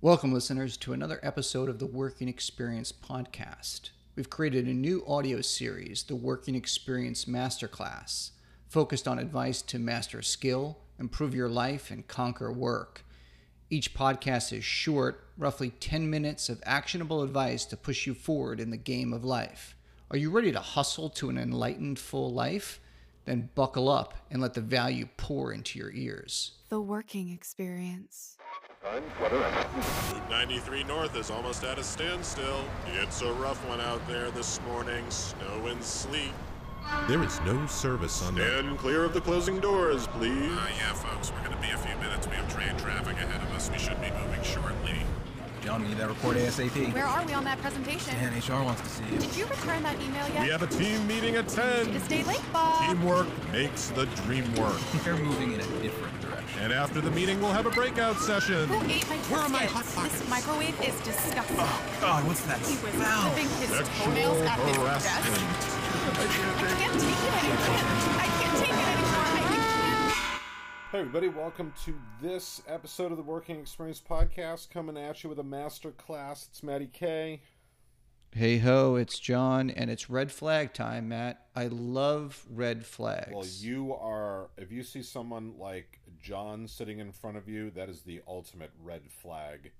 Welcome, listeners, to another episode of the Working Experience Podcast. We've created a new audio series, the Working Experience Masterclass, focused on advice to master skill, improve your life, and conquer work. Each podcast is short, roughly 10 minutes of actionable advice to push you forward in the game of life. Are you ready to hustle to an enlightened, full life? Then buckle up and let the value pour into your ears. The working experience. Route 93 North is almost at a standstill. It's a rough one out there this morning, snow and sleet. There is no service on the. And clear of the closing doors, please. Uh, yeah, folks, we're gonna be a few minutes. We have train traffic ahead of us. We should be moving shortly. John, we need that report ASAP. Where are we on that presentation? Man, HR wants to see you. Did you return that email yet? We have a team meeting at 10. Is Stay late, Bob. Teamwork makes the dream work. They're moving in a different direction. And after the meeting, we'll have a breakout session. Who ate my Where are my Triscuits? hot This pockets? Oh, microwave is disgusting. God, what's that He was nipping his toenails at his desk. I can't take it anymore. I can't take it anymore. I can't. Hey, everybody, welcome to this episode of the Working Experience Podcast coming at you with a master class. It's Matty K. Hey ho, it's John, and it's red flag time, Matt. I love red flags. Well, you are, if you see someone like John sitting in front of you, that is the ultimate red flag.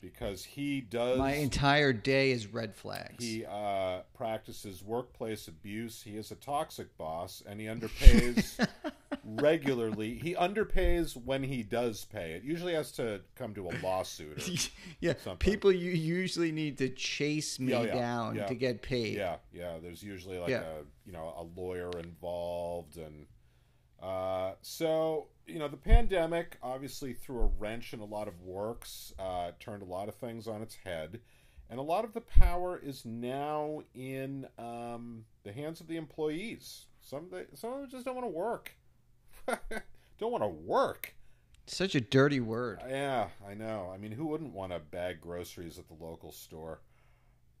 Because he does, my entire day is red flags. he uh, practices workplace abuse. He is a toxic boss and he underpays regularly. He underpays when he does pay. It usually has to come to a lawsuit. Or, yeah, Something. people you usually need to chase me Yeah, yeah, down yeah. to get paid. Yeah, yeah. There's usually like Yeah. a you know a lawyer involved, and uh, so you know the pandemic obviously threw a wrench in a lot of works, uh, turned a lot of things on its head, and a lot of the power is now in um, the hands of the employees. Some they, some of them just don't want to work. don't want to work. Such a dirty word. Yeah, I know. I mean, who wouldn't want to bag groceries at the local store?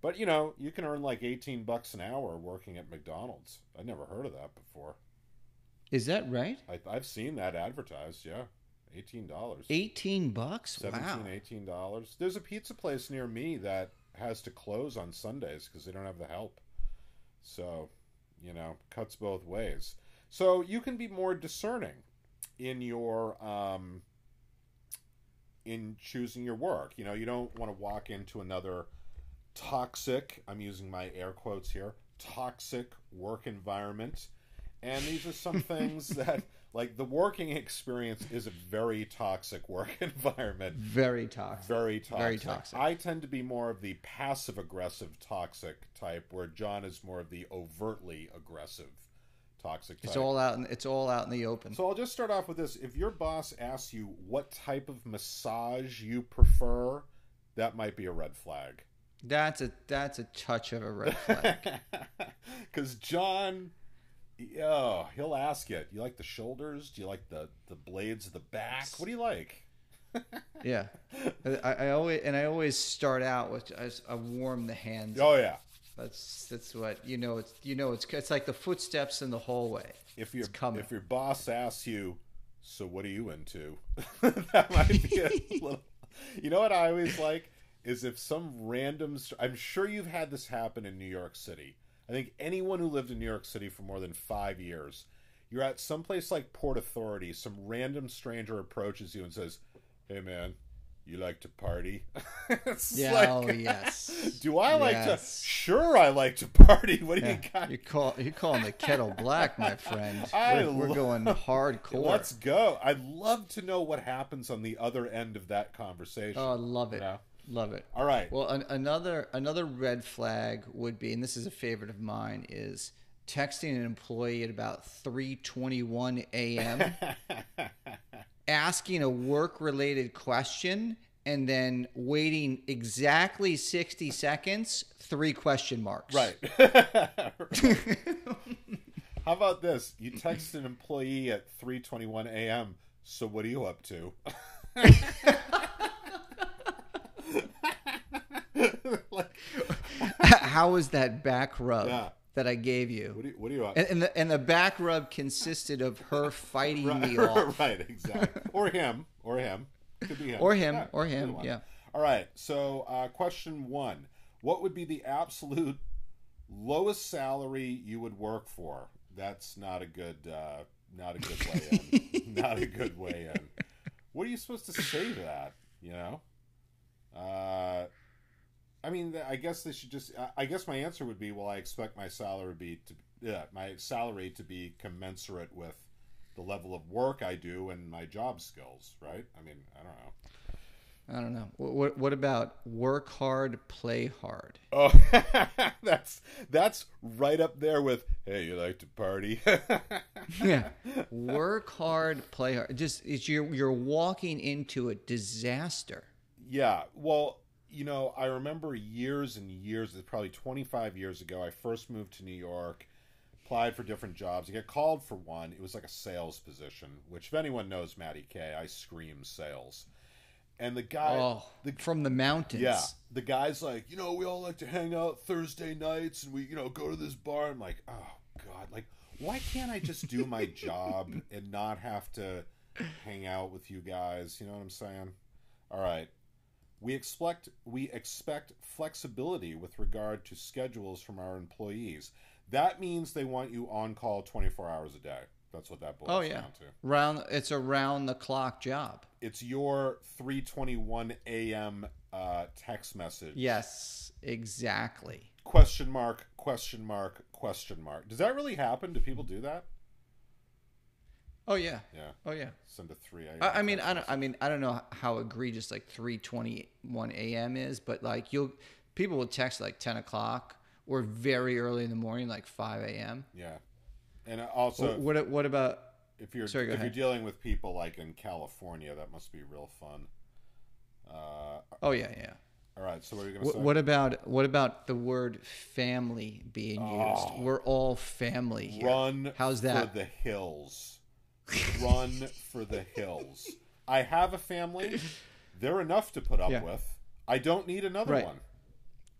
But you know, you can earn like eighteen bucks an hour working at McDonald's. I never heard of that before. Is that right? I, I've seen that advertised. Yeah, eighteen dollars, 18 bucks? Wow. eighteen dollars. There's a pizza place near me that has to close on Sundays because they don't have the help. So, you know, cuts both ways. So you can be more discerning in your um, in choosing your work. You know, you don't want to walk into another toxic, I'm using my air quotes here, toxic work environment. And these are some things that, like, the working experience is a very toxic work environment. Very toxic. Very toxic. Very toxic. I tend to be more of the passive aggressive toxic type, where John is more of the overtly aggressive toxic type. it's all out in, it's all out in the open. So I'll just start off with this. If your boss asks you what type of massage you prefer, that might be a red flag. that's a that's a touch of a red flag. Because John, oh, he'll ask it. You like the shoulders? Do you like the, the blades of the back? What do you like? yeah. I, I always and I always start out with I, s- I warm the hands. Oh, yeah. That's that's what you know. It's you know. It's it's like the footsteps in the hallway. If your, It's coming. if your boss asks you, so what are you into? that might be a little. You know what I always like? Is if some random. St- I'm sure you've had this happen in New York City. I think anyone who lived in New York City for more than five years, you're at some place like Port Authority, some random stranger approaches you and says, Hey man, you like to party? It's yeah. like, oh yes. Do I like Yes. to? Sure, I like to party. What do Yeah. you got? You're call you're calling the kettle black, my friend. I we're, we're love- going hardcore. Let's go. I'd love to know what happens on the other end of that conversation. Oh, I love it. Yeah. Love it. All right. Well, an, another another red flag would be, and this is a favorite of mine, is texting an employee at about 3:21 a.m. asking a work-related question and then waiting exactly 60 seconds, three question marks. Right. How about this? You text an employee at 3:21 a.m. So what are you up to? like, How was that back rub Yeah. that I gave you? what are you, what are you up? and, and the and the back rub consisted of her fighting me off. right, exactly. Or him, or him. Could be be him. Or him, Yeah, or either him, one. yeah. All right. So, uh, question one: What would be the absolute lowest salary you would work for? That's not a good, uh, not a good way in. not a good way in. What are you supposed to say to that? You know. Uh, I mean, th- I guess they should just. I- I guess my answer would be, well, I expect my salary be to yeah, my salary to be commensurate with the level of work I do and my job skills, right? I mean, I don't know. I don't know. What, what, what about work hard, play hard? Oh, that's that's right up there with hey, you like to party. Yeah. work hard, play hard. Just it's you're you're walking into a disaster. yeah, well, you know, I remember years and years, probably 25 years ago, I first moved to New York, applied for different jobs. I got called for one. It was like a sales position, which if anyone knows Matty K, I scream sales. And the guy Oh, the from the mountains. Yeah. The guy's like, you know, we all like to hang out Thursday nights and we, you know, go to this bar. I'm like, oh, God. Like, why can't I just do my job and not have to hang out with you guys? You know what I'm saying? All right. We expect we expect flexibility with regard to schedules from our employees. That means they want you on call 24 hours a day. That's what that boils Oh yeah. down to Round it's a round the clock job. it's your 3:21 a.m. Uh, text message. Yes, exactly. Question mark. Question mark. Question mark. Does that really happen? Do people do that? Oh yeah. Yeah. Oh yeah. Send a 3 a.m. I, I mean, text I don't. I mean, I don't know how egregious like three twenty one a.m. is, but like you'll people will text like ten o'clock or very early in the morning, like five a.m. message. Yeah. And also, Wh- what what about? if you're sorry, go if ahead. you're dealing with people like in California, that must be real fun. Uh, Oh yeah, yeah. all right. So what are you going to What, say? what about what about the word family being used? Oh. We're all family here. Run How's that? for the hills. Run for the hills. I have a family. They're enough to put up Yeah. with. I don't need another Right. one.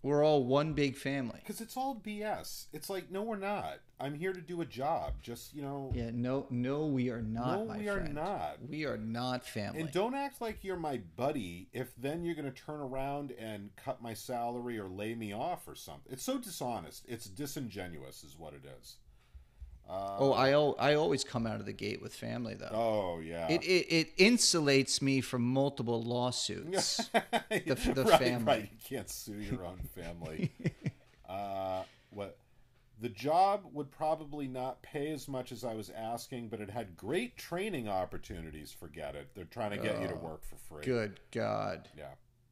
We're all one big family. Because it's all BS. It's like, no, we're not. I'm here to do a job. Just, you know. Yeah. No, no, we are not. No, my we are friend. not. We are not family. And don't act like you're my buddy if then you're going to turn around and cut my salary or lay me off or something. It's so dishonest. It's disingenuous, is what it is. Uh, oh, I al- I always come out of the gate with family though. Oh, yeah. It, it, it insulates me from multiple lawsuits. the the right, family. Right. You can't sue your own family. uh, what? The job would probably not pay as much as I was asking, but it had great training opportunities. Forget it. They're trying to get you to work for free. Oh, Good God. Yeah,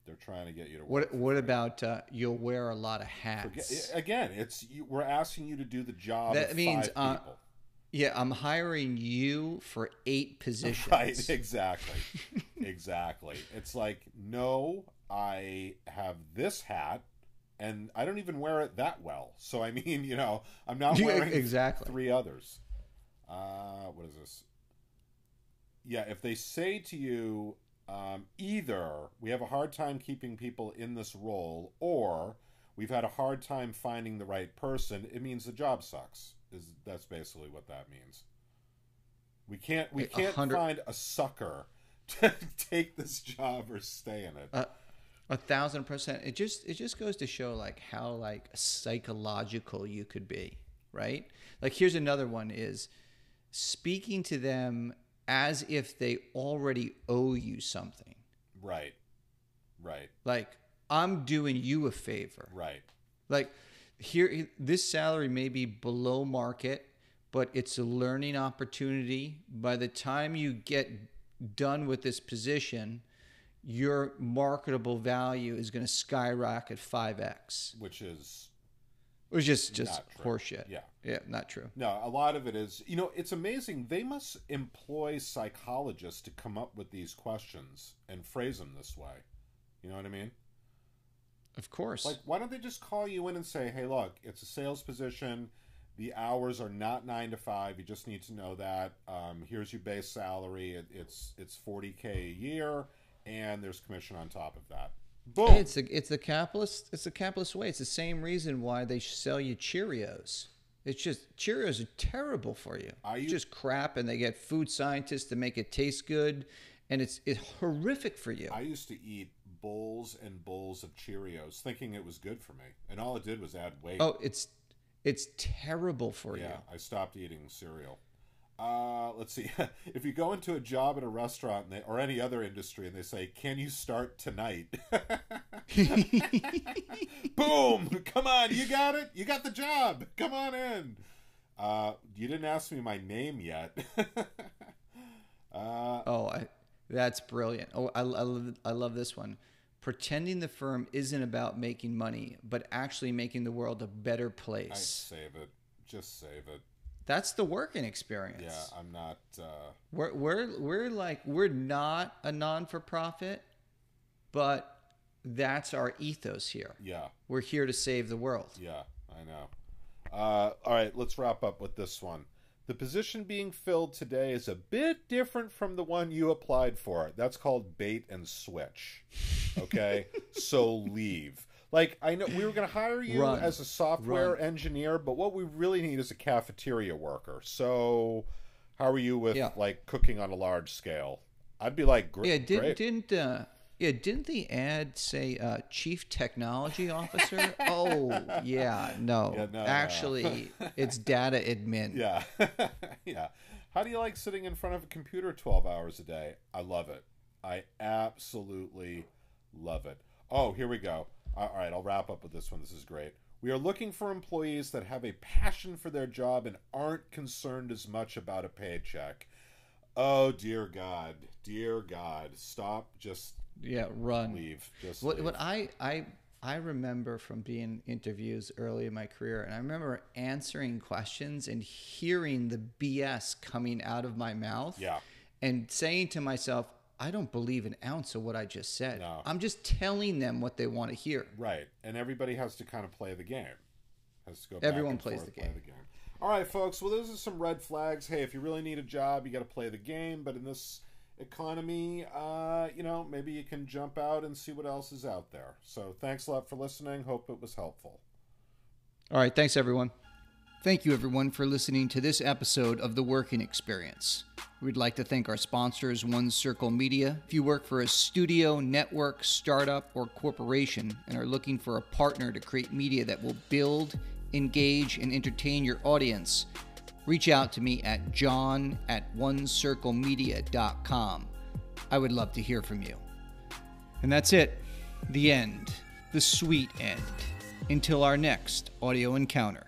they're trying to get you to work. What for what free. about uh, you'll wear a lot of hats? Forget- again? It's you, we're asking you to do the job. That of means, five uh, people. Yeah, I'm hiring you for eight positions. Right, exactly. exactly. It's like, no, I have this hat and I don't even wear it that well. So I mean, you know, I'm not Yeah, wearing exactly. three others. Uh what is this? Yeah, if they say to you um, either we have a hard time keeping people in this role or we've had a hard time finding the right person, it means the job sucks. Is that's basically what that means. We can't we A can't hundred- find a sucker to take this job or stay in it. Uh, a thousand percent. It just it just goes to show like how like psychological you could be, right? Like here's another one is speaking to them as if they already owe you something. right. Right. Like I'm doing you a favor. Right. Like here this salary may be below market, but it's a learning opportunity. By the time you get done with this position, your marketable value is going to skyrocket 5x. Which is It was just just Not true. horseshit. Yeah. Yeah, not true. No, a lot of it is, you know, it's amazing. They must employ psychologists to come up with these questions and phrase them this way. You know what I mean? Of course. Like, why don't they just call you in and say, hey, look, it's a sales position. The hours are not nine to five. You just need to know that. Um, here's your base salary. It, it's it's forty k a year, and there's commission on top of that. Boom. Hey, it's the it's the capitalist it's the capitalist way. It's the same reason why they sell you Cheerios. It's just Cheerios are terrible for you. Are It's you- just crap, and they get food scientists to make it taste good, and it's it's horrific for you. I used to eat bowls and bowls of Cheerios, thinking it was good for me, and all it did was add weight. oh, it's it's terrible for yeah, you. I stopped eating cereal. Uh, let's see. if you go into a job at a restaurant and they, or any other industry and they say, "Can you start tonight?" Boom! Come on, you got it. You got the job. Come on in. Uh, you didn't ask me my name yet. uh, Oh, I, that's brilliant. Oh, I, I, love, I love this one. Pretending the firm isn't about making money, but actually making the world a better I place. save it. Just save it. That's the working experience. Yeah, I'm not. Uh, We're, we're, we're like, we're not a non for profit, but that's our ethos here. yeah. We're here to save the world. Yeah, I know. Uh, all right, let's wrap up with this one. The position being filled today is a bit different from the one you applied for. That's called bait and switch. Okay? so leave. Like, I know we were going to hire you Run. as a software Run. engineer, but what we really need is a cafeteria worker. So, how are you with Yeah. like cooking on a large scale? I'd be like, gr- Yeah, didn't, great. didn't, uh, yeah, didn't the ad say uh, chief technology officer? oh, yeah, no. Yeah, no, no. Actually, it's data admin. Yeah. yeah. How do you like sitting in front of a computer 12 hours a day? I love it. I absolutely love it. Oh, here we go. All right, I'll wrap up with this one. This is great. We are looking for employees that have a passion for their job and aren't concerned as much about a paycheck. Oh, dear God. Dear God. Stop. Just Yeah, run. leave. Just What, leave. what I, I I remember from being interviews early in my career, and I remember answering questions and hearing the BS coming out of my mouth. Yeah. And saying to myself, I don't believe an ounce of what I just said. No. I'm just telling them what they want to hear. Right, and everybody has to kind of play the game. Has to go. Everyone back and plays forth, the play game. the game. All right, folks. Well, those are some red flags. Hey, if you really need a job, you got to play the game. But in this economy, uh, you know, maybe you can jump out and see what else is out there. So, thanks a lot for listening. Hope it was helpful. All right, thanks everyone. Thank you everyone for listening to this episode of The Working Experience. We'd like to thank our sponsors, One Circle Media. If you work for a studio, network, startup, or corporation and are looking for a partner to create media that will build, engage, and entertain your audience, reach out to me at john at onecirclemedia.com. I would love to hear from you. And that's it. The end. The sweet end. Until our next audio encounter.